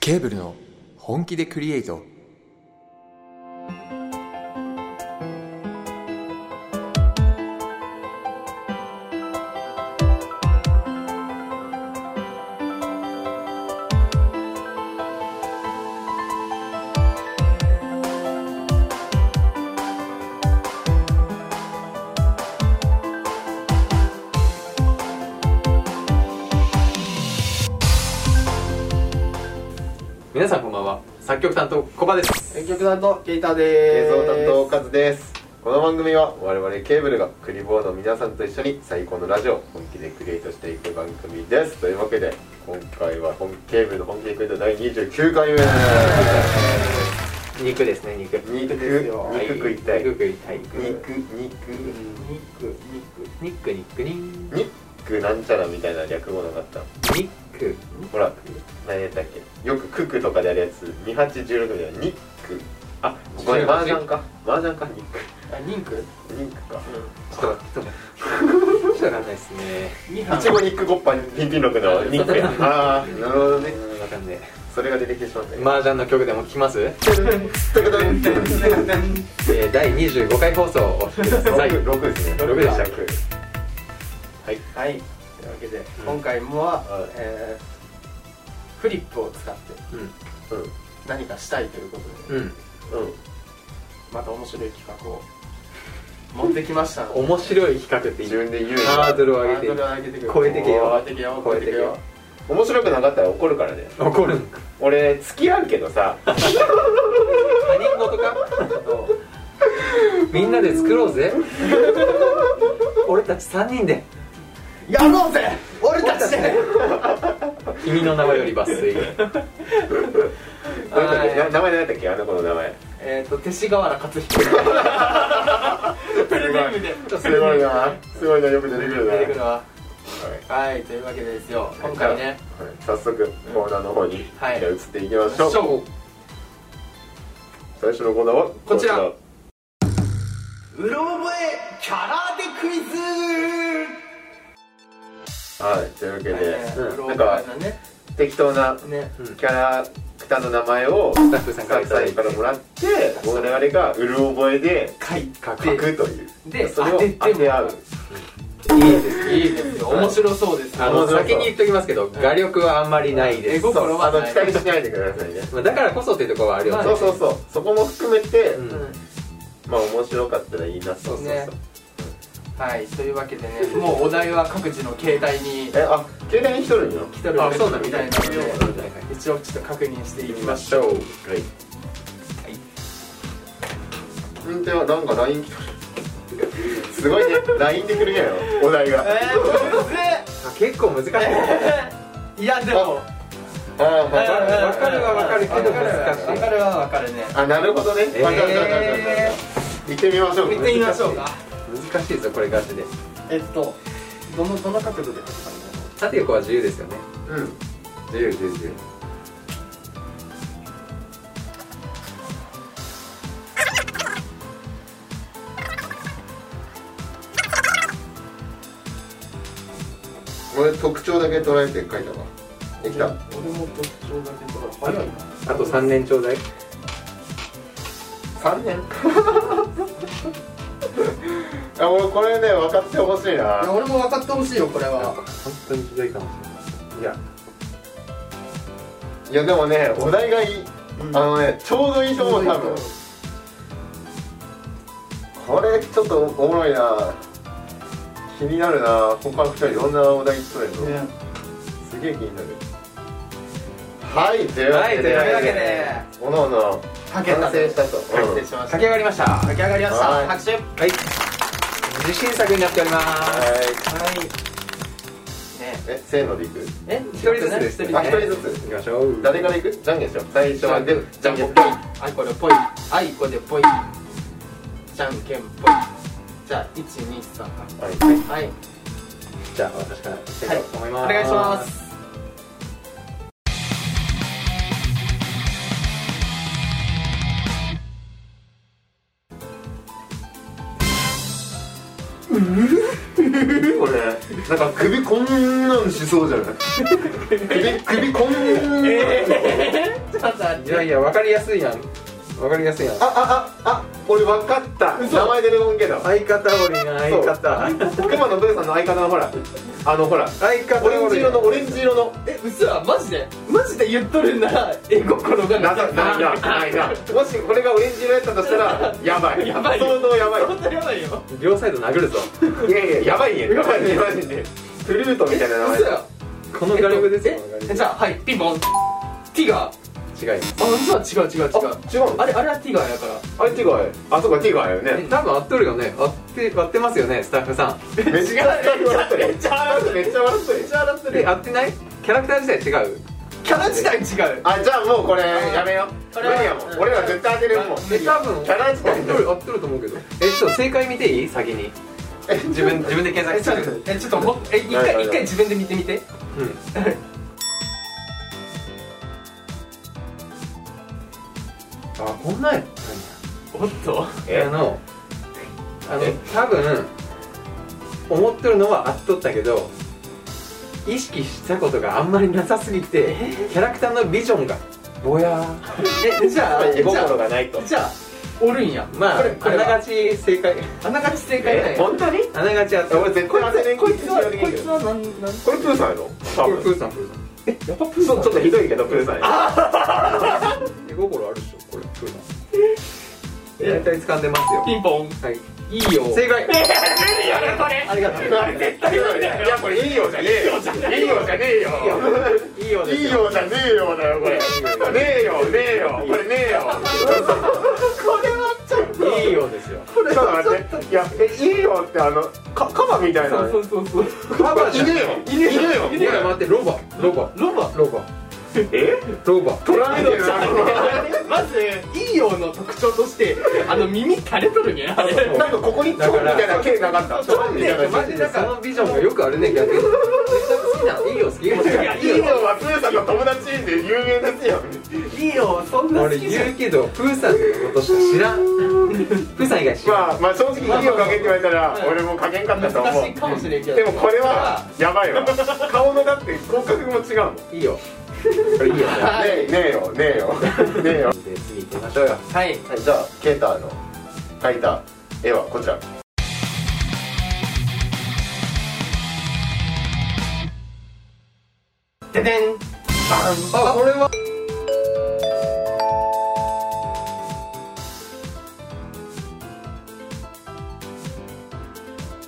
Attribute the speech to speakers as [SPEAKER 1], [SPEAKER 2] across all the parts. [SPEAKER 1] ケーブルの本気でクリエイト皆さんこんばんは作曲担当コバです
[SPEAKER 2] 編曲担当ケイタで
[SPEAKER 3] 映
[SPEAKER 2] す
[SPEAKER 3] 像担当カズですこの番組は我々ケーブルがクリボーの皆さんと一緒に最高のラジオを本気でクリエイトしていく番組ですというわけで今回は本ケーブルの本気でクリエイト第29回目
[SPEAKER 1] 肉ですね肉
[SPEAKER 3] 肉
[SPEAKER 2] ですよ
[SPEAKER 3] 肉食いたい
[SPEAKER 1] 肉食
[SPEAKER 3] 肉
[SPEAKER 1] いたい肉
[SPEAKER 3] 肉
[SPEAKER 1] 肉
[SPEAKER 2] 肉
[SPEAKER 1] 肉にん
[SPEAKER 3] 肉なんちゃらみたいな略語なかった
[SPEAKER 1] 肉
[SPEAKER 3] ほら何やったっけよくククとかでやるやつ2816みたいなニックあこれマージャンかマージャンかニック
[SPEAKER 2] あニンク
[SPEAKER 3] ニックか
[SPEAKER 1] ちょっと待ってちょっと待ってちょっとわかんないですね
[SPEAKER 2] ニ
[SPEAKER 3] いちごニックごっぱピンピン六のニックやああなるほどね
[SPEAKER 1] うんわかんね
[SPEAKER 3] それが出てきてしまった
[SPEAKER 1] え
[SPEAKER 3] よ
[SPEAKER 1] 麻雀の曲でも聴き ます、え
[SPEAKER 2] ハ
[SPEAKER 1] ー、第25回放送をお聴きください
[SPEAKER 3] 6 6ですね
[SPEAKER 1] 六でした
[SPEAKER 3] はい
[SPEAKER 2] はいというわけで今回も
[SPEAKER 3] はい
[SPEAKER 2] はえーフリップを使って
[SPEAKER 1] う
[SPEAKER 3] う
[SPEAKER 2] 何かしたいということで
[SPEAKER 1] んうん
[SPEAKER 3] んうん
[SPEAKER 2] また面白い企画を持ってきました ので
[SPEAKER 1] 面白い企画って
[SPEAKER 3] 自
[SPEAKER 1] いう
[SPEAKER 3] 分で言う
[SPEAKER 1] ハードルを上げて
[SPEAKER 2] ハードル上げてく
[SPEAKER 1] 超えてけよ
[SPEAKER 2] 超えてけよ超えてけよ
[SPEAKER 3] 面白くなかったら怒るからね
[SPEAKER 1] 怒るんか
[SPEAKER 3] 俺付き合うけどさ
[SPEAKER 1] 他人事かみんなで作ろうぜ俺たち3人で
[SPEAKER 2] やろうぜ俺たちで
[SPEAKER 1] 君の名前より抜粋
[SPEAKER 3] なんだっけな名前何やったっけあの子の名前
[SPEAKER 2] えっと勅使河原克彦プレミアム で
[SPEAKER 3] すごいなすごいなよく出てくるな
[SPEAKER 2] 出てくる
[SPEAKER 3] は
[SPEAKER 2] わ
[SPEAKER 3] い
[SPEAKER 2] はいというわけでですよ今回ね
[SPEAKER 3] はい早速コーナーの方にじゃ
[SPEAKER 2] はい
[SPEAKER 3] あ移っていきましょう
[SPEAKER 2] 賞
[SPEAKER 3] 最初のコーナーは
[SPEAKER 2] こちらうろ覚えキャラでクイズ
[SPEAKER 3] はいというわけ
[SPEAKER 2] ねう
[SPEAKER 3] で
[SPEAKER 2] ろ
[SPEAKER 3] なん
[SPEAKER 2] 覚
[SPEAKER 3] か
[SPEAKER 2] えのね
[SPEAKER 3] 適当な
[SPEAKER 2] ね
[SPEAKER 3] キャラクターの名前を
[SPEAKER 1] スタッフさん
[SPEAKER 3] ス
[SPEAKER 1] か
[SPEAKER 3] タッ
[SPEAKER 1] ら
[SPEAKER 3] フさんからもらって我々がうる覚えで
[SPEAKER 2] 書い
[SPEAKER 1] 書
[SPEAKER 3] 書くという
[SPEAKER 2] で
[SPEAKER 3] それを
[SPEAKER 2] 当てても
[SPEAKER 3] 当て合う
[SPEAKER 1] いいです
[SPEAKER 2] いいですよ面白そうです
[SPEAKER 1] あ
[SPEAKER 2] よ
[SPEAKER 1] の先に言っときますけど画力はあんまりないで
[SPEAKER 2] 絵
[SPEAKER 1] す、
[SPEAKER 2] 心
[SPEAKER 3] あ
[SPEAKER 2] は
[SPEAKER 3] の
[SPEAKER 2] ない
[SPEAKER 3] 期待しないでくださいね
[SPEAKER 1] まあ、だからこそっていうところはあるよね、
[SPEAKER 2] はい
[SPEAKER 3] そうそうそうそこも含めて
[SPEAKER 1] うん
[SPEAKER 2] う
[SPEAKER 3] まあ面白かったらいいなと
[SPEAKER 2] んねはいというわけでねもうお題は各自の携帯に
[SPEAKER 3] えあ携帯に一人いるの
[SPEAKER 2] 来てるわけ
[SPEAKER 1] あそうなんだ
[SPEAKER 2] みたいなので
[SPEAKER 1] はいはいは
[SPEAKER 2] 一応ちょっと確認してい
[SPEAKER 1] 行
[SPEAKER 2] き
[SPEAKER 1] き
[SPEAKER 2] ま
[SPEAKER 1] ま
[SPEAKER 2] し
[SPEAKER 1] しょう
[SPEAKER 3] はい運転はなんか LINE 来たすごいね LINE で来るやろお題
[SPEAKER 2] ょう
[SPEAKER 3] が
[SPEAKER 2] えーむず
[SPEAKER 1] あ結構難しいね
[SPEAKER 2] っいやでも
[SPEAKER 3] あーわかる
[SPEAKER 1] わかるはわかるけど難しい
[SPEAKER 2] わかるはわかるね
[SPEAKER 3] あなるほどね
[SPEAKER 1] えー
[SPEAKER 3] わかるわかるわかるわかる行ってみましょう
[SPEAKER 2] 見てみましょうか
[SPEAKER 1] 難しいですよこれガチで
[SPEAKER 2] えっとどのどの角度で書くかみたいな
[SPEAKER 1] 縦横は自由ですよね
[SPEAKER 3] うん
[SPEAKER 1] 自由自由自由
[SPEAKER 3] 俺特徴だけ捉えて書いたわできた
[SPEAKER 2] 俺も特徴だけど早いな
[SPEAKER 1] あと3年ちょうだい
[SPEAKER 3] 3年あ俺これね分かってほしい
[SPEAKER 2] いや
[SPEAKER 3] な
[SPEAKER 2] 俺も分かってほしいよこれは
[SPEAKER 1] 本当にひどいかもしれないいや
[SPEAKER 3] いやでもねお題がいい、あのねちょうどいいと思う多分これちょっとおもろいな気になるな他の2人どんなお題取れるの、
[SPEAKER 2] ね
[SPEAKER 3] すげえ気になるはいというわけで,、
[SPEAKER 1] はいというわけ
[SPEAKER 2] で
[SPEAKER 3] おのおの
[SPEAKER 2] 書
[SPEAKER 3] 完
[SPEAKER 2] けた
[SPEAKER 3] 成
[SPEAKER 2] ね
[SPEAKER 3] したと、
[SPEAKER 2] 完成しました
[SPEAKER 1] 駆け上がりましたは
[SPEAKER 2] 書き上がりまし
[SPEAKER 3] はい
[SPEAKER 2] た拍手はい
[SPEAKER 1] 自信作になっております
[SPEAKER 3] はい
[SPEAKER 2] いね
[SPEAKER 3] えせーのでいく
[SPEAKER 2] え
[SPEAKER 1] 一人ずつです
[SPEAKER 2] 一
[SPEAKER 3] あ
[SPEAKER 2] 人
[SPEAKER 3] 一
[SPEAKER 2] ず
[SPEAKER 3] 人
[SPEAKER 2] つ
[SPEAKER 3] ずつ
[SPEAKER 1] 行きましょう
[SPEAKER 3] 誰からいくじゃんけんしよう最初はグーじ
[SPEAKER 2] じ
[SPEAKER 3] ゃ
[SPEAKER 2] ゃ
[SPEAKER 3] ん
[SPEAKER 2] ん
[SPEAKER 3] け
[SPEAKER 2] け
[SPEAKER 3] ん
[SPEAKER 2] んぽいあいこでぽいあいこでぽいじゃんけんぽいじゃあ123
[SPEAKER 3] はい
[SPEAKER 2] はい
[SPEAKER 1] じゃあ私からいきたいと思います、
[SPEAKER 2] お願いします
[SPEAKER 3] これなんか首こんなんしそうじゃない首首こんなん、
[SPEAKER 2] ちょっと待っ
[SPEAKER 1] いや
[SPEAKER 2] て
[SPEAKER 1] いや分かりやすいやん分かりやすいやん
[SPEAKER 3] ああああ俺分かった名前出てこんけど
[SPEAKER 1] 相方俺の相方
[SPEAKER 3] 熊野豊さんの相方のほらあのほら
[SPEAKER 1] 相方
[SPEAKER 3] オレンジ色のオレンジ色の
[SPEAKER 2] え嘘だマジでマジで言っとるんなら絵心が
[SPEAKER 3] な
[SPEAKER 2] な
[SPEAKER 3] さないなないなもしこれがオレンジ色やったとしたらやばい
[SPEAKER 2] やばいよ
[SPEAKER 3] 相当やばい
[SPEAKER 2] 本当やばいよ
[SPEAKER 1] 両サイド殴るぞ
[SPEAKER 3] いやいややばいねやばいねマジでフルートみたいな名前
[SPEAKER 2] 嘘だ
[SPEAKER 1] この画力ですよ
[SPEAKER 2] ええじゃあはいピンポンティガー
[SPEAKER 1] 違います
[SPEAKER 2] あ嘘だ違う違う違う
[SPEAKER 3] 違うの
[SPEAKER 2] あれあれはティガーやから
[SPEAKER 3] あれティガーやあそうかティガーやよね
[SPEAKER 1] 多分合っとるよね合って合ってますよねスタッフさん
[SPEAKER 3] めっちゃ笑ってるめっちゃ笑ってるめっちゃ笑ってる
[SPEAKER 2] 笑って
[SPEAKER 1] え合ってないキャラクター自体違う
[SPEAKER 2] キャラ自体違う
[SPEAKER 3] あじゃあもうこれやめよう無
[SPEAKER 2] これは
[SPEAKER 3] 理やも
[SPEAKER 2] うんん
[SPEAKER 3] 俺ら絶対当てれるもん
[SPEAKER 1] え多分
[SPEAKER 3] キャラ自体
[SPEAKER 1] 合っとる合っとると思うけどえちょっと正解見ていい先に
[SPEAKER 3] え
[SPEAKER 1] 自分自分で検
[SPEAKER 2] えちょ
[SPEAKER 1] 索
[SPEAKER 2] っ
[SPEAKER 1] する
[SPEAKER 2] とえちょっともえ一
[SPEAKER 3] ないな
[SPEAKER 2] 回
[SPEAKER 3] い
[SPEAKER 2] 一回自分で見てみて
[SPEAKER 1] うん
[SPEAKER 3] あこんなんや
[SPEAKER 2] おっと
[SPEAKER 1] あ
[SPEAKER 3] え
[SPEAKER 1] のあの
[SPEAKER 3] え
[SPEAKER 1] 多分思ってるのはあっとったけど意識したことがあんまりなさすぎてキャラクターのビジョンがぼやー
[SPEAKER 2] えじゃあ
[SPEAKER 3] 絵
[SPEAKER 2] じゃ
[SPEAKER 3] 心
[SPEAKER 2] あ
[SPEAKER 3] がないと
[SPEAKER 2] じゃあおるんや
[SPEAKER 1] まあ
[SPEAKER 2] これこ
[SPEAKER 1] あ
[SPEAKER 2] れ
[SPEAKER 1] な
[SPEAKER 2] は
[SPEAKER 1] がち正解
[SPEAKER 2] あながち正解ない
[SPEAKER 3] え本当に
[SPEAKER 1] あながちあった
[SPEAKER 3] 俺絶対当てれん
[SPEAKER 2] こいつは
[SPEAKER 3] こ
[SPEAKER 2] こいつはなんなん
[SPEAKER 3] これプーさんやろ多
[SPEAKER 1] これプ
[SPEAKER 3] 分
[SPEAKER 1] ーさんプーさん
[SPEAKER 2] やっぱプ
[SPEAKER 3] そうちょっとひどいけどプーさんや
[SPEAKER 1] 絵心あるっしょこれプーさん大体掴んでますよ
[SPEAKER 2] ピンポン
[SPEAKER 1] はい
[SPEAKER 2] いいよ
[SPEAKER 1] 正 解
[SPEAKER 2] ありがとう
[SPEAKER 3] あれ絶対ひどいねいやこれいいよじゃねえよいいよじゃねえよ
[SPEAKER 1] いいよです
[SPEAKER 3] いいよじゃねえよだよこれねえよねえよこれねえよ
[SPEAKER 2] これはちょっと
[SPEAKER 1] いいよですよ
[SPEAKER 3] ちょっと待っていやえいいよってあのカカバみたいな
[SPEAKER 2] そうそうそうそう
[SPEAKER 1] カバーじゃん
[SPEAKER 3] いねえよいねえよ
[SPEAKER 1] いや待ってロバロバ
[SPEAKER 2] ロバ
[SPEAKER 1] ロバ
[SPEAKER 3] え
[SPEAKER 1] ロバ
[SPEAKER 3] トランドじゃ
[SPEAKER 2] まずいいよの特徴としてあの耳垂れとるねあれ
[SPEAKER 3] んなんかここにチョンみたいな毛なかったチョンみたいな毛
[SPEAKER 1] マジでそのビジョンがよくあるね逆に好きないいよ好き
[SPEAKER 2] いや
[SPEAKER 3] いいよはプーさんの友達で有名ですよ
[SPEAKER 2] いいよそんな好
[SPEAKER 1] 俺
[SPEAKER 2] きじゃん
[SPEAKER 1] 言うけどプーさんのことしか知らんプーさん以外知らん、
[SPEAKER 3] まあまあ正直いいよかけって言われたら俺もかけんかったと思
[SPEAKER 2] 難しいうかもしれんけど
[SPEAKER 3] でもこれはやばいわ顔のだって骨格も違うもんね
[SPEAKER 1] いいよこれいいよね
[SPEAKER 3] えねえよねえ よねえよ
[SPEAKER 1] で次行きましょうよ
[SPEAKER 2] はい
[SPEAKER 3] はい、じゃあケーターの描いた絵はこちら
[SPEAKER 2] ででん
[SPEAKER 1] あこれは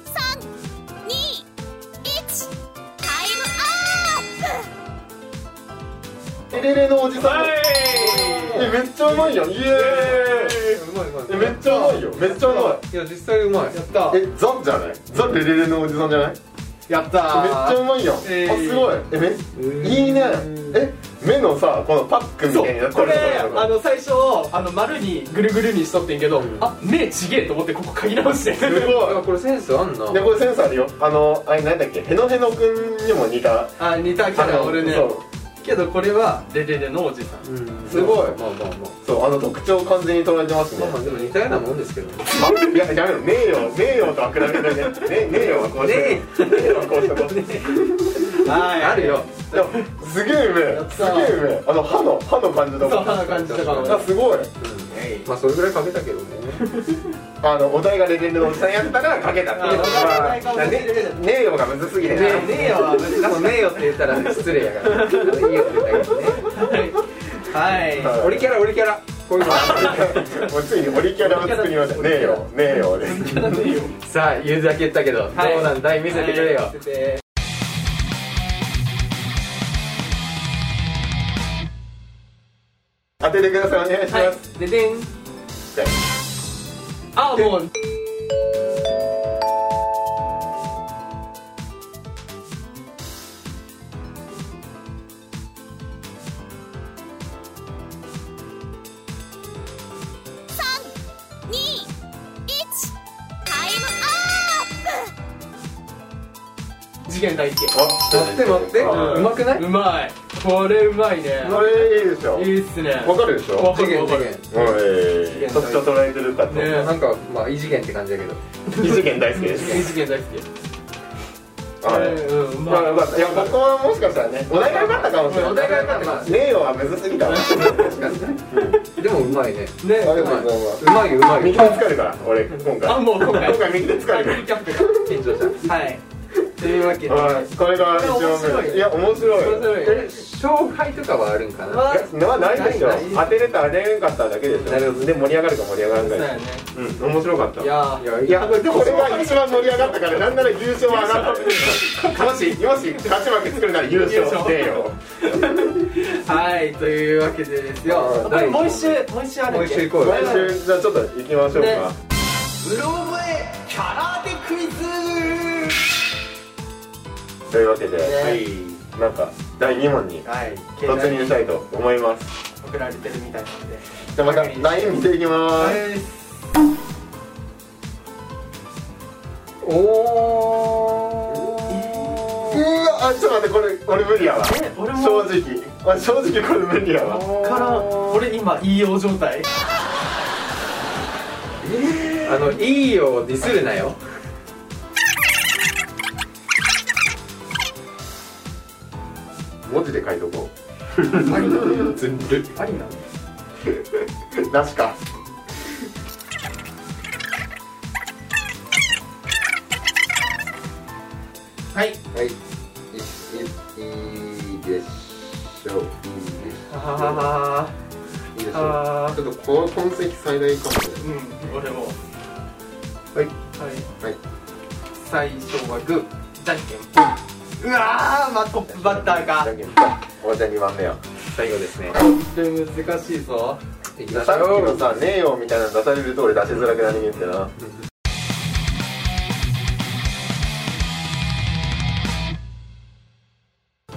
[SPEAKER 4] 三、二、一、タイムアップ。
[SPEAKER 3] エレレのおじさんえめっちゃうまいやんイエーイ
[SPEAKER 1] うまいうま
[SPEAKER 3] えめっちゃうまいよめっちゃうま
[SPEAKER 1] いいや実際うまい
[SPEAKER 2] やった
[SPEAKER 3] いえザじゃないザレレレのおじさんじゃないえ
[SPEAKER 2] やっ
[SPEAKER 3] めっちゃ
[SPEAKER 2] た
[SPEAKER 3] うまいやんあ
[SPEAKER 2] えー
[SPEAKER 3] すごいえめいいねえ目のさこのパックみ
[SPEAKER 2] そ
[SPEAKER 3] たいにな
[SPEAKER 2] う
[SPEAKER 3] って
[SPEAKER 2] こ
[SPEAKER 3] る
[SPEAKER 2] れ
[SPEAKER 3] ところ
[SPEAKER 2] あの最初あの丸にぐるぐるにしとってんけど、あ目ちげえと思ってここ嗅ぎ直して
[SPEAKER 3] す
[SPEAKER 1] いや
[SPEAKER 3] ご
[SPEAKER 1] これセンスあんない
[SPEAKER 3] でこれセンスあるよあのあれなんだっけへのへのくんにも似た
[SPEAKER 2] あ似たキ
[SPEAKER 3] あ
[SPEAKER 2] ャラ
[SPEAKER 3] の
[SPEAKER 2] 俺ね
[SPEAKER 3] そう
[SPEAKER 2] けどこれはレレレのおじさん
[SPEAKER 1] うん
[SPEAKER 3] すごい
[SPEAKER 1] まあまあまあ
[SPEAKER 3] そうあの特徴完全に捉えてますね
[SPEAKER 1] まあまあでも似たようなもんですけどね
[SPEAKER 3] いや、やめろ、ねえよ、ねえよとは比べてね。ねねえよはこうしてこう。ねえよはこうしてこう。
[SPEAKER 2] は
[SPEAKER 1] あるよ
[SPEAKER 3] でもすげえうめえ。すげえうめえ。あの、歯の、歯の感じと
[SPEAKER 2] そう
[SPEAKER 3] か。
[SPEAKER 2] な感じとかも
[SPEAKER 3] あ、すごい。
[SPEAKER 1] まあそれぐらいかけたけどね
[SPEAKER 3] あの、お題がレベルのおじさんやったから、かけたっていう。
[SPEAKER 2] あお題がレベルのおじさん
[SPEAKER 3] まあねねえよがむずすぎね
[SPEAKER 1] ねえねえよは難しいでもねえよって言ったら失礼やからあのいいよって言ったけどね
[SPEAKER 2] はい
[SPEAKER 3] はい
[SPEAKER 1] 俺キャラ俺キャラこういうのある
[SPEAKER 3] もうついにオリキャラを作りました。ねえよ、ねえよです。
[SPEAKER 1] さあ言うだけ言ったけど、
[SPEAKER 2] はい
[SPEAKER 1] どうなんだい見せてくれよ、
[SPEAKER 2] はい見せて
[SPEAKER 3] 当ててください、お願いし
[SPEAKER 2] は
[SPEAKER 3] ま
[SPEAKER 2] いででん
[SPEAKER 3] す。はい
[SPEAKER 2] あもう
[SPEAKER 4] 三、二、一、タイムアップ。
[SPEAKER 2] 次元大介
[SPEAKER 1] 待って待って、
[SPEAKER 3] あ
[SPEAKER 1] うまくないう
[SPEAKER 2] まいこれうまいね
[SPEAKER 3] これいいでしょ
[SPEAKER 2] い。いっすね
[SPEAKER 3] わかるでしょ
[SPEAKER 2] わ。
[SPEAKER 1] 次元
[SPEAKER 2] わか
[SPEAKER 1] 次
[SPEAKER 2] る
[SPEAKER 1] 元
[SPEAKER 3] おい。特徴捉えてるかと。
[SPEAKER 2] ね
[SPEAKER 1] なんかまあ異次元って感じだけど
[SPEAKER 3] 異次元大好きで
[SPEAKER 2] 二
[SPEAKER 3] す。
[SPEAKER 2] 次元大好き
[SPEAKER 3] はい
[SPEAKER 2] うんま
[SPEAKER 3] まあよかったいや僕ももしかしたらねお題が良かったかもしれない
[SPEAKER 2] お題が良かったかもし
[SPEAKER 3] 名誉はむずすぎ たわ
[SPEAKER 1] でもうまいね
[SPEAKER 3] あ
[SPEAKER 2] ね
[SPEAKER 3] りが
[SPEAKER 1] う
[SPEAKER 3] とうございます
[SPEAKER 1] まいうまい
[SPEAKER 3] 右手疲れるから俺今回
[SPEAKER 2] あもう今回
[SPEAKER 3] 今回右手疲れる
[SPEAKER 2] キャップが
[SPEAKER 1] 緊張した
[SPEAKER 2] はいというわけで
[SPEAKER 3] はいこれが一番
[SPEAKER 2] 面白い
[SPEAKER 3] 目いや面白い
[SPEAKER 2] 面白い
[SPEAKER 1] え障害とかはあるんかな
[SPEAKER 2] わ
[SPEAKER 3] いやなないでしょ
[SPEAKER 2] ないない
[SPEAKER 3] 当てれた当てれんかっただけでしょ
[SPEAKER 1] なる
[SPEAKER 3] で盛り上がるか盛り上がら
[SPEAKER 2] そう
[SPEAKER 3] ない
[SPEAKER 2] や
[SPEAKER 3] か
[SPEAKER 2] ね
[SPEAKER 3] うん面白かった
[SPEAKER 2] いや
[SPEAKER 1] いや
[SPEAKER 3] いやこれが一番盛り上がったからなんなら優勝は上がったもしもし勝ち負け作るなら優勝してよ
[SPEAKER 2] はいというわけでです
[SPEAKER 1] は
[SPEAKER 2] よ
[SPEAKER 1] い
[SPEAKER 2] これもう一周もう一周ある
[SPEAKER 1] も
[SPEAKER 2] っ
[SPEAKER 1] う
[SPEAKER 2] け
[SPEAKER 1] 一周行こうよ
[SPEAKER 3] 来週じゃあちょっと行きましょう
[SPEAKER 2] ね
[SPEAKER 3] か
[SPEAKER 2] うろ覚えキャラでクイズ
[SPEAKER 3] というわけで、
[SPEAKER 2] はい
[SPEAKER 3] なんか第2問に
[SPEAKER 2] はい
[SPEAKER 3] 突入したいと思います
[SPEAKER 2] 送られてるみたいなので
[SPEAKER 3] じゃあまた LINE 見ていきます、
[SPEAKER 1] おお
[SPEAKER 3] うわあちょっと待ってこれ俺無理やわ
[SPEAKER 2] え俺も
[SPEAKER 3] 正直あ正直これ無理やわ
[SPEAKER 2] から俺今いいよ状態
[SPEAKER 1] あのいいよディスるなよ
[SPEAKER 3] 文字で書いとこ
[SPEAKER 1] ずる
[SPEAKER 2] ありなの
[SPEAKER 3] うなしか
[SPEAKER 2] はい
[SPEAKER 3] はいいいいいでしょういいでし
[SPEAKER 2] ははは
[SPEAKER 3] ょういいでし
[SPEAKER 2] あー
[SPEAKER 3] ょうちょっとこの痕跡最大かもね
[SPEAKER 2] うん俺も
[SPEAKER 3] はい
[SPEAKER 2] はい
[SPEAKER 3] はい
[SPEAKER 2] 最初はグーじゃんけんぽんうわーまトップバッターが
[SPEAKER 3] じゃんけんぽんおばちゃん2番目よ
[SPEAKER 1] 最後ですね
[SPEAKER 2] で難しいぞ
[SPEAKER 1] いき
[SPEAKER 3] さ
[SPEAKER 1] ま
[SPEAKER 3] っ
[SPEAKER 1] しょ
[SPEAKER 3] きの
[SPEAKER 1] う
[SPEAKER 3] さ「ねえよ」みたいなの出されると俺出しづらくなりねえんだよな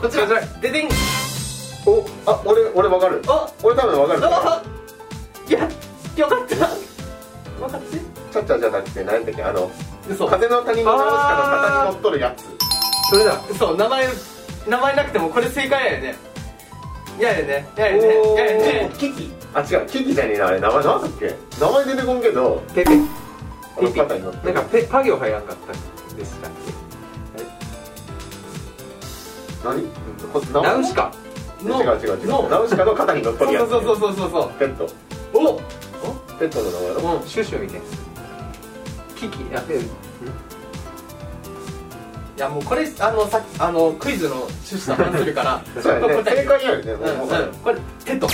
[SPEAKER 2] こちらででん
[SPEAKER 3] おあ俺俺わかる
[SPEAKER 2] あ
[SPEAKER 3] 俺多分わかる
[SPEAKER 2] あいやよかった分かって
[SPEAKER 3] ちゃっちゃじゃなくて何だっけあの
[SPEAKER 2] 嘘
[SPEAKER 3] 風の谷の直し方に乗っとるやつ
[SPEAKER 1] それだ
[SPEAKER 2] そう名前名前なくてもこれ正解やよねややねややね
[SPEAKER 1] おー
[SPEAKER 2] ややね
[SPEAKER 3] キキあ違うキキじゃねえなあれ名前なんだっけ名前出てこんけど
[SPEAKER 1] ペペ
[SPEAKER 3] あの肩に乗って
[SPEAKER 1] なんかペパ行入らんかったでしたっ
[SPEAKER 3] 何こ
[SPEAKER 1] け
[SPEAKER 3] 名前
[SPEAKER 1] ナウシカ
[SPEAKER 3] 違う違う違うナウシカの肩に乗っとるや
[SPEAKER 2] そ
[SPEAKER 3] つ
[SPEAKER 2] うそうそうそうそうそう
[SPEAKER 3] ペット
[SPEAKER 2] おっ
[SPEAKER 3] ペットの名前だろ
[SPEAKER 1] うんシュシュみたいなキキあペ
[SPEAKER 2] いやもうこれあのさあのクイズの趣旨と反するから
[SPEAKER 3] そうやね
[SPEAKER 2] 答え
[SPEAKER 3] 正解やよね
[SPEAKER 2] うん
[SPEAKER 3] もう
[SPEAKER 2] うんこれテト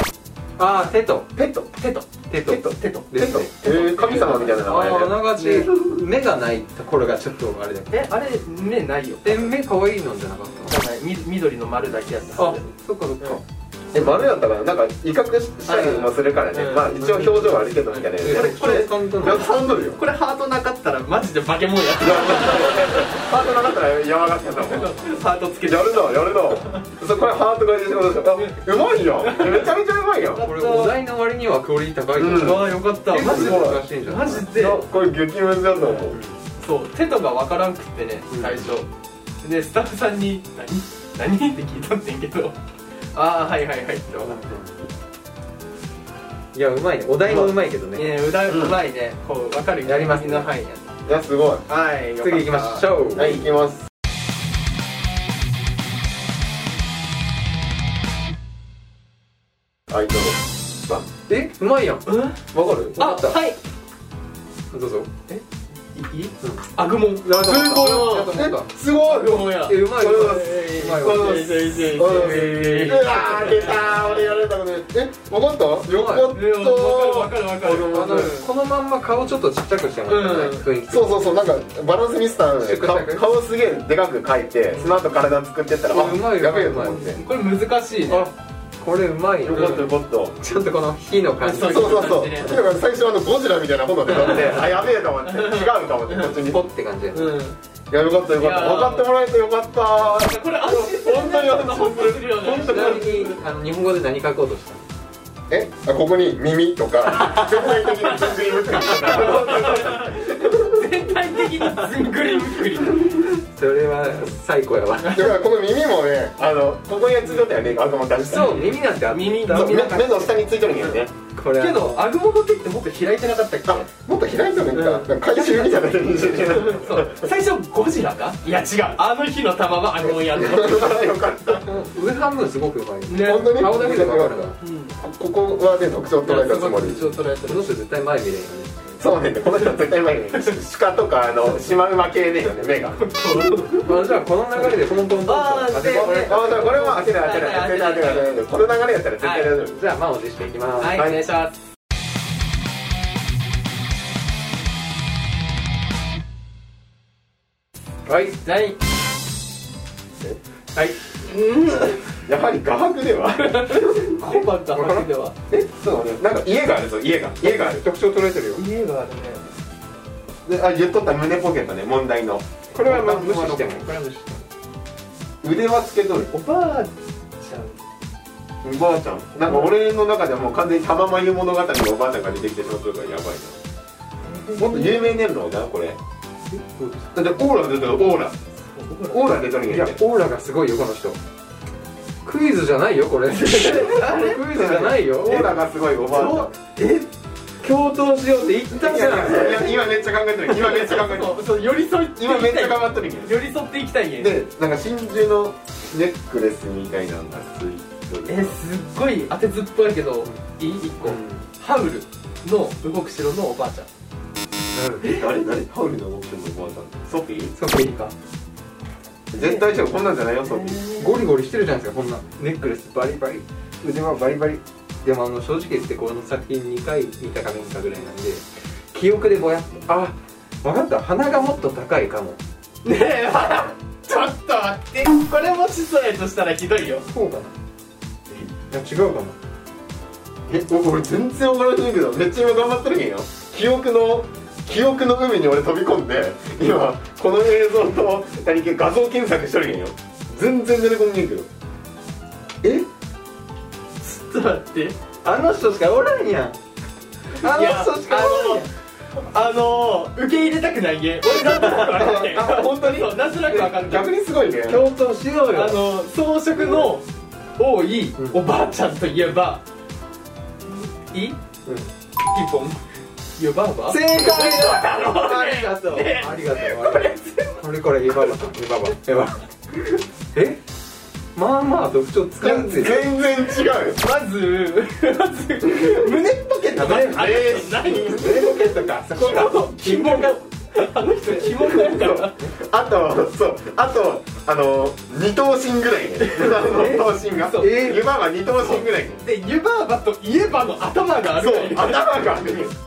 [SPEAKER 1] あーテト
[SPEAKER 3] ペット
[SPEAKER 2] テト
[SPEAKER 1] テト
[SPEAKER 2] テトテト
[SPEAKER 3] ペ
[SPEAKER 1] です
[SPEAKER 3] ット
[SPEAKER 1] ね
[SPEAKER 3] えー神様みたいな名
[SPEAKER 1] あ
[SPEAKER 3] 前
[SPEAKER 1] あ
[SPEAKER 3] で
[SPEAKER 1] ーながち目がないところがちょっとあれだけ
[SPEAKER 2] えあれ目ないよ
[SPEAKER 1] どえ目可愛いのじゃなかった
[SPEAKER 2] じゃないみ緑の丸だけやった
[SPEAKER 1] あ
[SPEAKER 2] はず
[SPEAKER 1] そっかそっか
[SPEAKER 3] え丸だったからなんか威嚇したりもするからね
[SPEAKER 2] うん
[SPEAKER 3] まあ一応表情はあるけどみたいな
[SPEAKER 1] え
[SPEAKER 3] やつ
[SPEAKER 1] これこれ
[SPEAKER 3] やつ3ドルよ
[SPEAKER 2] これハートなかったらマジで化け物やっ
[SPEAKER 3] ハートなかったら山がってたもん
[SPEAKER 2] たハートつけて
[SPEAKER 3] やるなやるなそこれハートが出てことでしょうまいよめちゃめちゃうまいよ
[SPEAKER 1] これお題の割にはクオリティ高いから
[SPEAKER 3] うん
[SPEAKER 2] うわよかった
[SPEAKER 1] 結構
[SPEAKER 2] マジで
[SPEAKER 1] 難しいんじゃない
[SPEAKER 2] マジで
[SPEAKER 3] これ激ムズだと思う
[SPEAKER 2] そうテトが分からんくってね
[SPEAKER 1] うん
[SPEAKER 2] 最初、でスタッフさんに「何何?」って聞いたんだけど「ああはいはいはい」って分かっ
[SPEAKER 1] いやうまいねお題もうまいけど
[SPEAKER 2] て
[SPEAKER 1] ね
[SPEAKER 2] ねうだ
[SPEAKER 3] うん
[SPEAKER 2] うまいねこう分かる
[SPEAKER 1] やりますね
[SPEAKER 2] ギリギリの範囲やね
[SPEAKER 3] いやすごい
[SPEAKER 2] はい
[SPEAKER 1] 次行きまし
[SPEAKER 2] う
[SPEAKER 1] ょう
[SPEAKER 3] はい行きますアイドルバ
[SPEAKER 1] えうまいやんわ
[SPEAKER 2] う
[SPEAKER 1] か
[SPEAKER 2] ん
[SPEAKER 1] る
[SPEAKER 2] あ
[SPEAKER 1] わかっ
[SPEAKER 2] はい
[SPEAKER 1] たどうぞ
[SPEAKER 2] いい、アグモン
[SPEAKER 1] す
[SPEAKER 2] ごい
[SPEAKER 3] えすごい
[SPEAKER 2] グモンや
[SPEAKER 1] えうまいうまい
[SPEAKER 2] え
[SPEAKER 1] う
[SPEAKER 2] ー
[SPEAKER 1] まい
[SPEAKER 3] わ
[SPEAKER 2] いやいやいやい
[SPEAKER 3] う
[SPEAKER 2] や
[SPEAKER 3] わー出たー俺やられたことねえわかったよかっ
[SPEAKER 2] いやわか
[SPEAKER 3] た
[SPEAKER 2] るわかるわ
[SPEAKER 1] あ
[SPEAKER 2] か
[SPEAKER 1] の
[SPEAKER 2] る
[SPEAKER 1] このまんま顔ちょっとちっちゃくしてもらったね
[SPEAKER 2] うん
[SPEAKER 1] 雰囲気
[SPEAKER 3] そうそうそうなんかバランスミスターのね
[SPEAKER 1] 縮尺
[SPEAKER 3] か顔すげえでかく描いてその後体作ってったら
[SPEAKER 1] うんうま
[SPEAKER 3] あ
[SPEAKER 1] いよ
[SPEAKER 3] やべえと思って
[SPEAKER 2] これ難しいね
[SPEAKER 1] あこれうまい
[SPEAKER 3] よかったよかった
[SPEAKER 1] ちょっとこの火の感じ
[SPEAKER 2] そ
[SPEAKER 3] そうう
[SPEAKER 2] いう
[SPEAKER 3] そうそう。
[SPEAKER 2] 感じ
[SPEAKER 3] だ
[SPEAKER 2] ね
[SPEAKER 3] から最初あのゴジラみたいな炎で立って、あやべえと思って、違うと思ってこっちに。
[SPEAKER 1] ポって感じやね
[SPEAKER 2] う
[SPEAKER 3] い
[SPEAKER 2] ん
[SPEAKER 3] やよかったよかった。
[SPEAKER 2] いやー
[SPEAKER 3] 分かってもらえてよかったー。
[SPEAKER 2] これ安心する
[SPEAKER 3] 本当に安心する
[SPEAKER 2] 本当にするよね
[SPEAKER 3] 本
[SPEAKER 1] ちなみにあの日本語で何書こうとしたの
[SPEAKER 3] え、あここに耳とか全体的に全部いるって言ってた。
[SPEAKER 2] 全体体的にずんぐりむっくり
[SPEAKER 1] それは最高やわ
[SPEAKER 3] だからこの耳もねあのここについとったよね頭出した
[SPEAKER 1] そう耳なんてあった
[SPEAKER 2] 耳
[SPEAKER 3] そう
[SPEAKER 2] 耳
[SPEAKER 3] 目目の下についとるんやね
[SPEAKER 1] これ
[SPEAKER 2] けどアグモの手ってもっと開いてなかったっけ
[SPEAKER 3] あもっと開いとるんかなんか回収みたいな感じで
[SPEAKER 2] そう最初ゴジラかいや違うあの日の玉はアグモンやるの
[SPEAKER 3] よかった
[SPEAKER 1] 上半分すごくうまい
[SPEAKER 2] ね
[SPEAKER 3] 本当に
[SPEAKER 1] 顔だけで分かるわ
[SPEAKER 2] うん
[SPEAKER 3] ここはね特徴捉えたつもり
[SPEAKER 2] 一応捉えて
[SPEAKER 1] こ
[SPEAKER 2] る
[SPEAKER 1] の人絶対前見れんよね
[SPEAKER 3] そうねこの人絶対前にシカとかあのシマウマ系ねよね目が
[SPEAKER 1] まあじゃあこの流れでポンポンポン
[SPEAKER 2] あ
[SPEAKER 1] と
[SPEAKER 2] ー
[SPEAKER 1] 当
[SPEAKER 3] で
[SPEAKER 1] て
[SPEAKER 3] これ
[SPEAKER 1] て
[SPEAKER 3] あだからこれは当てない当てない当てない当てない当てないこの流れやったら絶対大丈夫
[SPEAKER 1] じゃあ満を持していきます
[SPEAKER 2] はいお願いします
[SPEAKER 1] はい
[SPEAKER 2] 何
[SPEAKER 1] はい
[SPEAKER 3] やはり画伯では
[SPEAKER 2] コバがハでは
[SPEAKER 3] えそうねなんか家があるぞ家が家がある
[SPEAKER 1] 特徴捉えてるよ
[SPEAKER 2] 家があるね
[SPEAKER 3] であ言っとった胸ポケットね問題の
[SPEAKER 1] これはまあ無視してもこれは無視しても
[SPEAKER 3] 腕はつけとる
[SPEAKER 2] おばあちゃん
[SPEAKER 3] おばあちゃんなんか俺の中ではもう完全に玉まゆ物語のおばあちゃんが出てきてしまってるからやばいなもっと有名になるのだなこれだ
[SPEAKER 1] そうです
[SPEAKER 3] ってオーラ出てるオーラオーラ出てるん
[SPEAKER 1] い
[SPEAKER 3] や
[SPEAKER 1] や
[SPEAKER 3] ね
[SPEAKER 1] オーラがすごいよこの人クイズじゃないよ これクイズじゃないよ
[SPEAKER 3] オーラがすごいおばあちゃん
[SPEAKER 1] え共闘しようって言った
[SPEAKER 3] い
[SPEAKER 1] じゃん
[SPEAKER 3] やいや今めっちゃ考えてる今めっちゃ考えてる
[SPEAKER 2] そうそう寄り添っていき
[SPEAKER 3] 今めっち
[SPEAKER 2] た
[SPEAKER 3] ゃ
[SPEAKER 2] い
[SPEAKER 3] 頑張ってるけど
[SPEAKER 2] 寄り添っていきたいね
[SPEAKER 3] でなんか真珠のネックレスみたいなのがついて
[SPEAKER 2] え
[SPEAKER 3] る
[SPEAKER 2] すっごい当てずっぽいけどいい一個、ハウルの動く城のおばあちゃん
[SPEAKER 3] え誰誰ハウルの動くのおばあちゃんソフィー
[SPEAKER 1] そうかいいか
[SPEAKER 3] 絶対違うこんなんじゃないよソフィー
[SPEAKER 1] ゴリゴリしてるじゃないですかこんなネックレスバリバリ腕はバリバリでもあの正直言ってこの作品2回見たか見たぐらいなんで記憶でぼやっとあ分かった鼻がもっと高いかも
[SPEAKER 2] ねえちょっと待ってこれもしそうやとしたらひどいよ
[SPEAKER 1] こうかないや違うかも
[SPEAKER 3] えお俺全然分からないけどめっちゃ今頑張ってるけんよ記憶の記憶の海に俺飛び込んで今この映像と何か画像検索しとるけんよ全然出てこんねんけどえ
[SPEAKER 2] ちょっと待って
[SPEAKER 1] あの人しかおらんやんあの人しかおらんやん
[SPEAKER 2] あのー、受け入れたくないね俺なんとなく分かんない
[SPEAKER 3] あ本当に
[SPEAKER 2] そうなんとなく分かんない
[SPEAKER 3] 逆にすごいね
[SPEAKER 1] 共闘しようよ
[SPEAKER 2] あの装飾の多い
[SPEAKER 1] うん
[SPEAKER 2] おばあちゃんといえば、いい
[SPEAKER 1] うん
[SPEAKER 2] ピポン湯婆婆
[SPEAKER 1] 正解だ
[SPEAKER 2] ろ
[SPEAKER 1] ありがとう、
[SPEAKER 2] ね
[SPEAKER 1] ありがとうありがとうこれこれエババエババエババえまあまあ特徴つかんで
[SPEAKER 3] 全
[SPEAKER 1] る
[SPEAKER 3] 然違うよ
[SPEAKER 2] まずまず胸ポケット
[SPEAKER 3] ね
[SPEAKER 2] あれない
[SPEAKER 1] レポケットかそこだ
[SPEAKER 2] 紐があの人紐がやから
[SPEAKER 3] あとそうあとあの二頭身ぐらいね二頭身が
[SPEAKER 2] そう
[SPEAKER 1] えー
[SPEAKER 3] 湯婆婆二頭身ぐらいね
[SPEAKER 2] で湯婆婆といえばの頭があ
[SPEAKER 3] そ
[SPEAKER 2] る
[SPEAKER 3] う
[SPEAKER 2] か ら
[SPEAKER 3] 頭が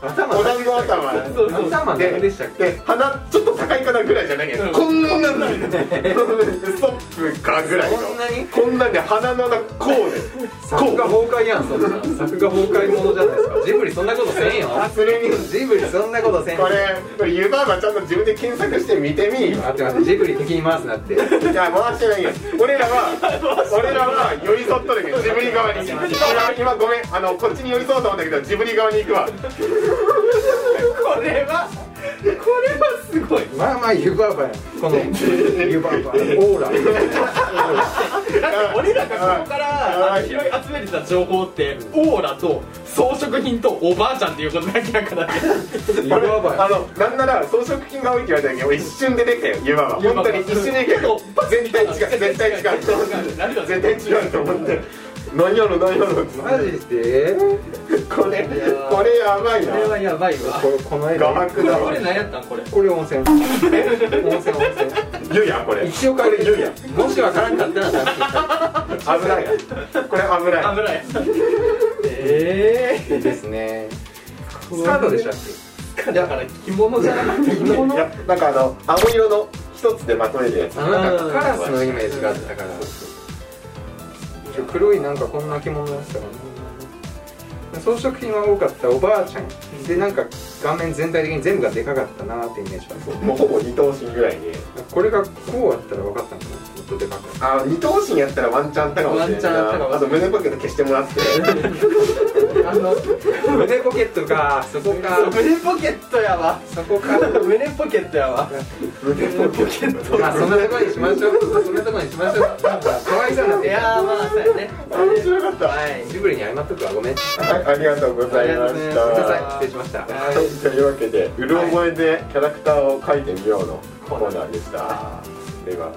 [SPEAKER 1] 頭
[SPEAKER 3] お団子頭
[SPEAKER 2] そうそう
[SPEAKER 1] 頭
[SPEAKER 3] で
[SPEAKER 1] 何でしたっけ
[SPEAKER 3] で鼻ちょっと高いかなぐらいじゃないけど、
[SPEAKER 2] うん
[SPEAKER 3] こんなんなんだよストップかぐらいの
[SPEAKER 1] こんなに
[SPEAKER 3] こんなんで鼻の中こうで
[SPEAKER 1] 作画崩壊やんそんな作画崩壊ものじゃないですかジブリそんなことせんよ
[SPEAKER 3] それに
[SPEAKER 1] ジブリそんなことせんよ
[SPEAKER 3] これこれ湯婆婆ちゃんと自分で検索して見てみ
[SPEAKER 1] 待って待ってジブリ敵に回すなってはい
[SPEAKER 3] いや回してないよ俺ら は俺らは寄り添っとるけどジブリ側に今今ごめんあのこっちに寄り添おうと思ったけどジブリ側に行くわ
[SPEAKER 2] これはこれはすごい
[SPEAKER 1] まあまあ湯婆婆やこの湯婆婆オーラ
[SPEAKER 2] だって俺らがここからあの拾い集めてた情報ってオーラと装飾品とおばあちゃんっていうことだけだからね
[SPEAKER 1] 湯婆婆
[SPEAKER 3] あ
[SPEAKER 1] や
[SPEAKER 3] のなんなら装飾品が多いって言われたけど一瞬で出てきたよ湯婆婆本当に一瞬で出てきたよ絶 対違う絶対違う絶対違うと思って何やろ何やろって
[SPEAKER 1] マジで
[SPEAKER 3] これこれやばい
[SPEAKER 2] こ
[SPEAKER 3] な
[SPEAKER 2] れはやばいわ
[SPEAKER 1] これこの絵
[SPEAKER 3] 画
[SPEAKER 1] が
[SPEAKER 3] 伯
[SPEAKER 2] これ
[SPEAKER 3] だ
[SPEAKER 2] こ
[SPEAKER 3] わ
[SPEAKER 2] れ何やったんこれ
[SPEAKER 1] これ温泉温泉温泉
[SPEAKER 3] 湯やこれ
[SPEAKER 1] 一応
[SPEAKER 3] こ
[SPEAKER 1] 書い
[SPEAKER 3] れ
[SPEAKER 1] て
[SPEAKER 3] 湯や
[SPEAKER 1] もしわからんかったらダメ
[SPEAKER 3] 危ないこれ危ない
[SPEAKER 2] 危ないええ
[SPEAKER 1] ですねスカートでしたっけ
[SPEAKER 2] だから着物じゃなくて着
[SPEAKER 3] いやなんかあの青色の一つでまとめるやつ
[SPEAKER 1] あなんかカラスのイメージがあったから黒いなんかこんな着物だったかな装飾品は多かったおばあちゃんでなんか画面全体的に全部がでかかったなーってイメージがある
[SPEAKER 3] もうほぼ二等身ぐらいで
[SPEAKER 1] これがこうやったら分かったのかなもっとでかかった
[SPEAKER 3] あ二等身やったらワンチャンあったかもしれ
[SPEAKER 2] ワン
[SPEAKER 3] ん
[SPEAKER 2] チャンあったか
[SPEAKER 3] な
[SPEAKER 2] も
[SPEAKER 3] あと胸ポケット消してもらって
[SPEAKER 2] あの
[SPEAKER 1] 腕ポケットかそこか
[SPEAKER 2] 胸ポケットやわ
[SPEAKER 1] そこか
[SPEAKER 2] 胸ポケットやわ
[SPEAKER 3] 胸ポケット
[SPEAKER 1] まあそんなとこにしましょうそんなとこにしましょうかわいそうなん
[SPEAKER 2] い
[SPEAKER 1] で
[SPEAKER 2] やーまあそうやね
[SPEAKER 3] 面白かった
[SPEAKER 2] はい
[SPEAKER 1] ジブリに謝っとくわごめんご
[SPEAKER 3] はいありがとうございま
[SPEAKER 2] あ
[SPEAKER 3] し
[SPEAKER 2] りがとうご
[SPEAKER 1] めん
[SPEAKER 2] ざ
[SPEAKER 1] なさい
[SPEAKER 3] た
[SPEAKER 1] 失礼しました
[SPEAKER 2] はい
[SPEAKER 3] はいというわけでうる覚えでキャラクターを描いてみようのコーナーでした、では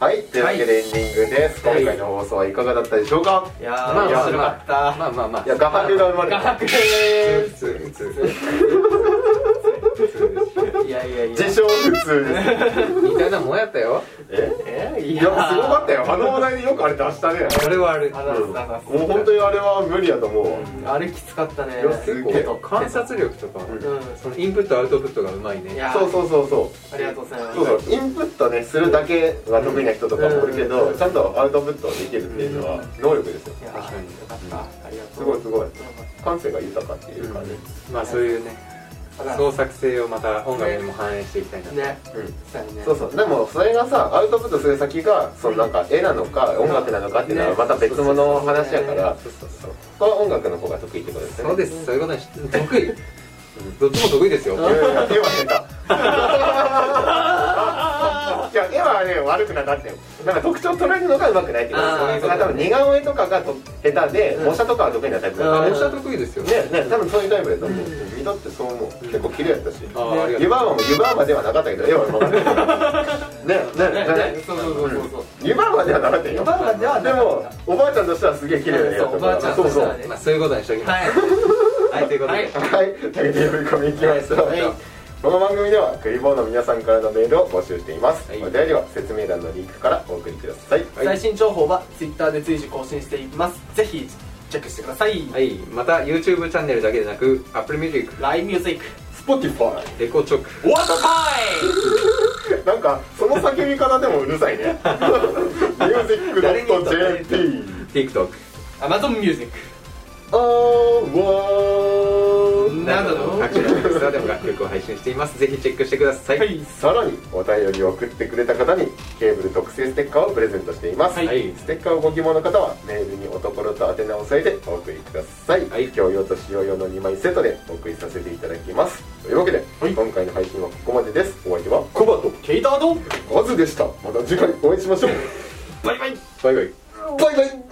[SPEAKER 3] はい、というわけでエンディングです、
[SPEAKER 1] はい
[SPEAKER 3] 今回の放送はいかがだったでしょうか
[SPEAKER 2] いや
[SPEAKER 1] まあ
[SPEAKER 2] ー面白かった
[SPEAKER 1] まあまあまあ
[SPEAKER 3] いや画伯が生まれ
[SPEAKER 2] 画
[SPEAKER 3] た
[SPEAKER 2] 伯で
[SPEAKER 1] 普通普通普通普通です
[SPEAKER 2] すいやいやいや
[SPEAKER 3] 自称普通です
[SPEAKER 1] 似たようなもんやったよ
[SPEAKER 3] え
[SPEAKER 2] えい
[SPEAKER 3] い
[SPEAKER 2] や
[SPEAKER 3] やすごかったよあの話題でよくあれ出したね
[SPEAKER 1] それはある
[SPEAKER 2] あ
[SPEAKER 3] う
[SPEAKER 2] ら
[SPEAKER 3] ん
[SPEAKER 2] なんか
[SPEAKER 3] もう本当にあれは無理やと思うわ、
[SPEAKER 2] うんあれきつかったね
[SPEAKER 3] いやす
[SPEAKER 1] 結
[SPEAKER 3] げえ
[SPEAKER 1] 構観察力とか
[SPEAKER 2] うん
[SPEAKER 1] そのインプットアウトプットがうまい
[SPEAKER 2] い
[SPEAKER 1] ね
[SPEAKER 2] や
[SPEAKER 3] そうそうそうそう
[SPEAKER 2] ありがとうございます
[SPEAKER 3] そうそうインプットねするだけが得意な人とかもおるけど、
[SPEAKER 2] うん
[SPEAKER 3] ちゃんとアウトプットできるっていうのは能力ですよ、
[SPEAKER 2] いや
[SPEAKER 1] 確かに
[SPEAKER 2] よかったありがとう
[SPEAKER 3] すごいすごい
[SPEAKER 2] よかっ
[SPEAKER 3] 感性が豊かっていうかね、
[SPEAKER 1] まあそういうね
[SPEAKER 2] たあら
[SPEAKER 1] 創作性をまた音楽にも反映していきたいな
[SPEAKER 2] ね
[SPEAKER 3] うん
[SPEAKER 2] そうやね
[SPEAKER 3] そうそうでもそれがさアウトプットする先がそのなんか絵なのか音楽なのかっていうのは
[SPEAKER 2] ね
[SPEAKER 3] また別物の話やから
[SPEAKER 1] そうそうそう
[SPEAKER 3] そこは音楽の方が得意ってことですね
[SPEAKER 1] そうですすそういうことにし得意どっちも得意ですよ
[SPEAKER 3] いやいや絵は下手いや絵はね悪くなかったよなんか特徴捉えるのがうまくないってこと
[SPEAKER 2] あー
[SPEAKER 3] そういう
[SPEAKER 2] そうだね
[SPEAKER 3] 多分似顔絵とかがと下手で
[SPEAKER 2] うん
[SPEAKER 3] 模写とかは得意なタイプだから
[SPEAKER 1] あ
[SPEAKER 2] うん
[SPEAKER 1] 模写得意ですよ
[SPEAKER 3] ねね多分そういうタイプだと思う見とってそう思う結構綺麗やったし
[SPEAKER 1] あーありがと
[SPEAKER 3] 湯
[SPEAKER 1] う
[SPEAKER 3] 婆婆も湯婆婆ではなかったけど絵はうまかったねねねね
[SPEAKER 2] ねそうそうそうそうそう
[SPEAKER 3] 湯婆婆ではなかったよ
[SPEAKER 2] バーガーでは
[SPEAKER 3] で
[SPEAKER 2] なかっ
[SPEAKER 3] もおばあちゃんとしてはすげえ綺麗な絵だったから
[SPEAKER 2] うんそうおばあちゃん
[SPEAKER 3] そ
[SPEAKER 2] と
[SPEAKER 3] う
[SPEAKER 2] して
[SPEAKER 3] そう
[SPEAKER 2] は
[SPEAKER 3] は
[SPEAKER 2] ね
[SPEAKER 1] まあそういうことにしておき
[SPEAKER 2] た
[SPEAKER 1] ま
[SPEAKER 2] はい
[SPEAKER 1] すはいということで
[SPEAKER 3] いというわけで呼び込みいきましょ
[SPEAKER 1] は
[SPEAKER 3] う、
[SPEAKER 1] い
[SPEAKER 3] この番組ではクリボーの皆さんからのメールを募集しています、
[SPEAKER 1] はい
[SPEAKER 3] お便りは説明欄のリンクからお送りください、
[SPEAKER 1] はい
[SPEAKER 2] 最新情報は Twitter で随時更新していきますぜひチェックしてください
[SPEAKER 1] はいまた YouTube チャンネルだけでなく Apple Music
[SPEAKER 2] LINE Music
[SPEAKER 3] Spotify
[SPEAKER 1] レコチョク
[SPEAKER 2] What a time!
[SPEAKER 3] なんかその叫び方でもうるさ いね music.jp
[SPEAKER 1] TikTok
[SPEAKER 2] Amazon Music
[SPEAKER 3] あーわ
[SPEAKER 2] などの
[SPEAKER 1] 各種のインスタでも楽曲を配信していますぜひチェックしてください
[SPEAKER 2] はい
[SPEAKER 3] ーさらにお便りを送ってくれた方にケーブル特製ステッカーをプレゼントしています、
[SPEAKER 2] はい
[SPEAKER 3] ステッカーをご希望の方はメールにおところと宛名を添えてお送りください、
[SPEAKER 1] はい
[SPEAKER 3] 共用と使用用の2枚セットでお送りさせていただきますというわけで、
[SPEAKER 2] はい
[SPEAKER 3] 今回の配信はここまでですお相手は
[SPEAKER 2] コバとケイタード
[SPEAKER 3] カズでしたまた次回お会いしましょう
[SPEAKER 2] バイバイ
[SPEAKER 1] バイバイ
[SPEAKER 3] バイバイ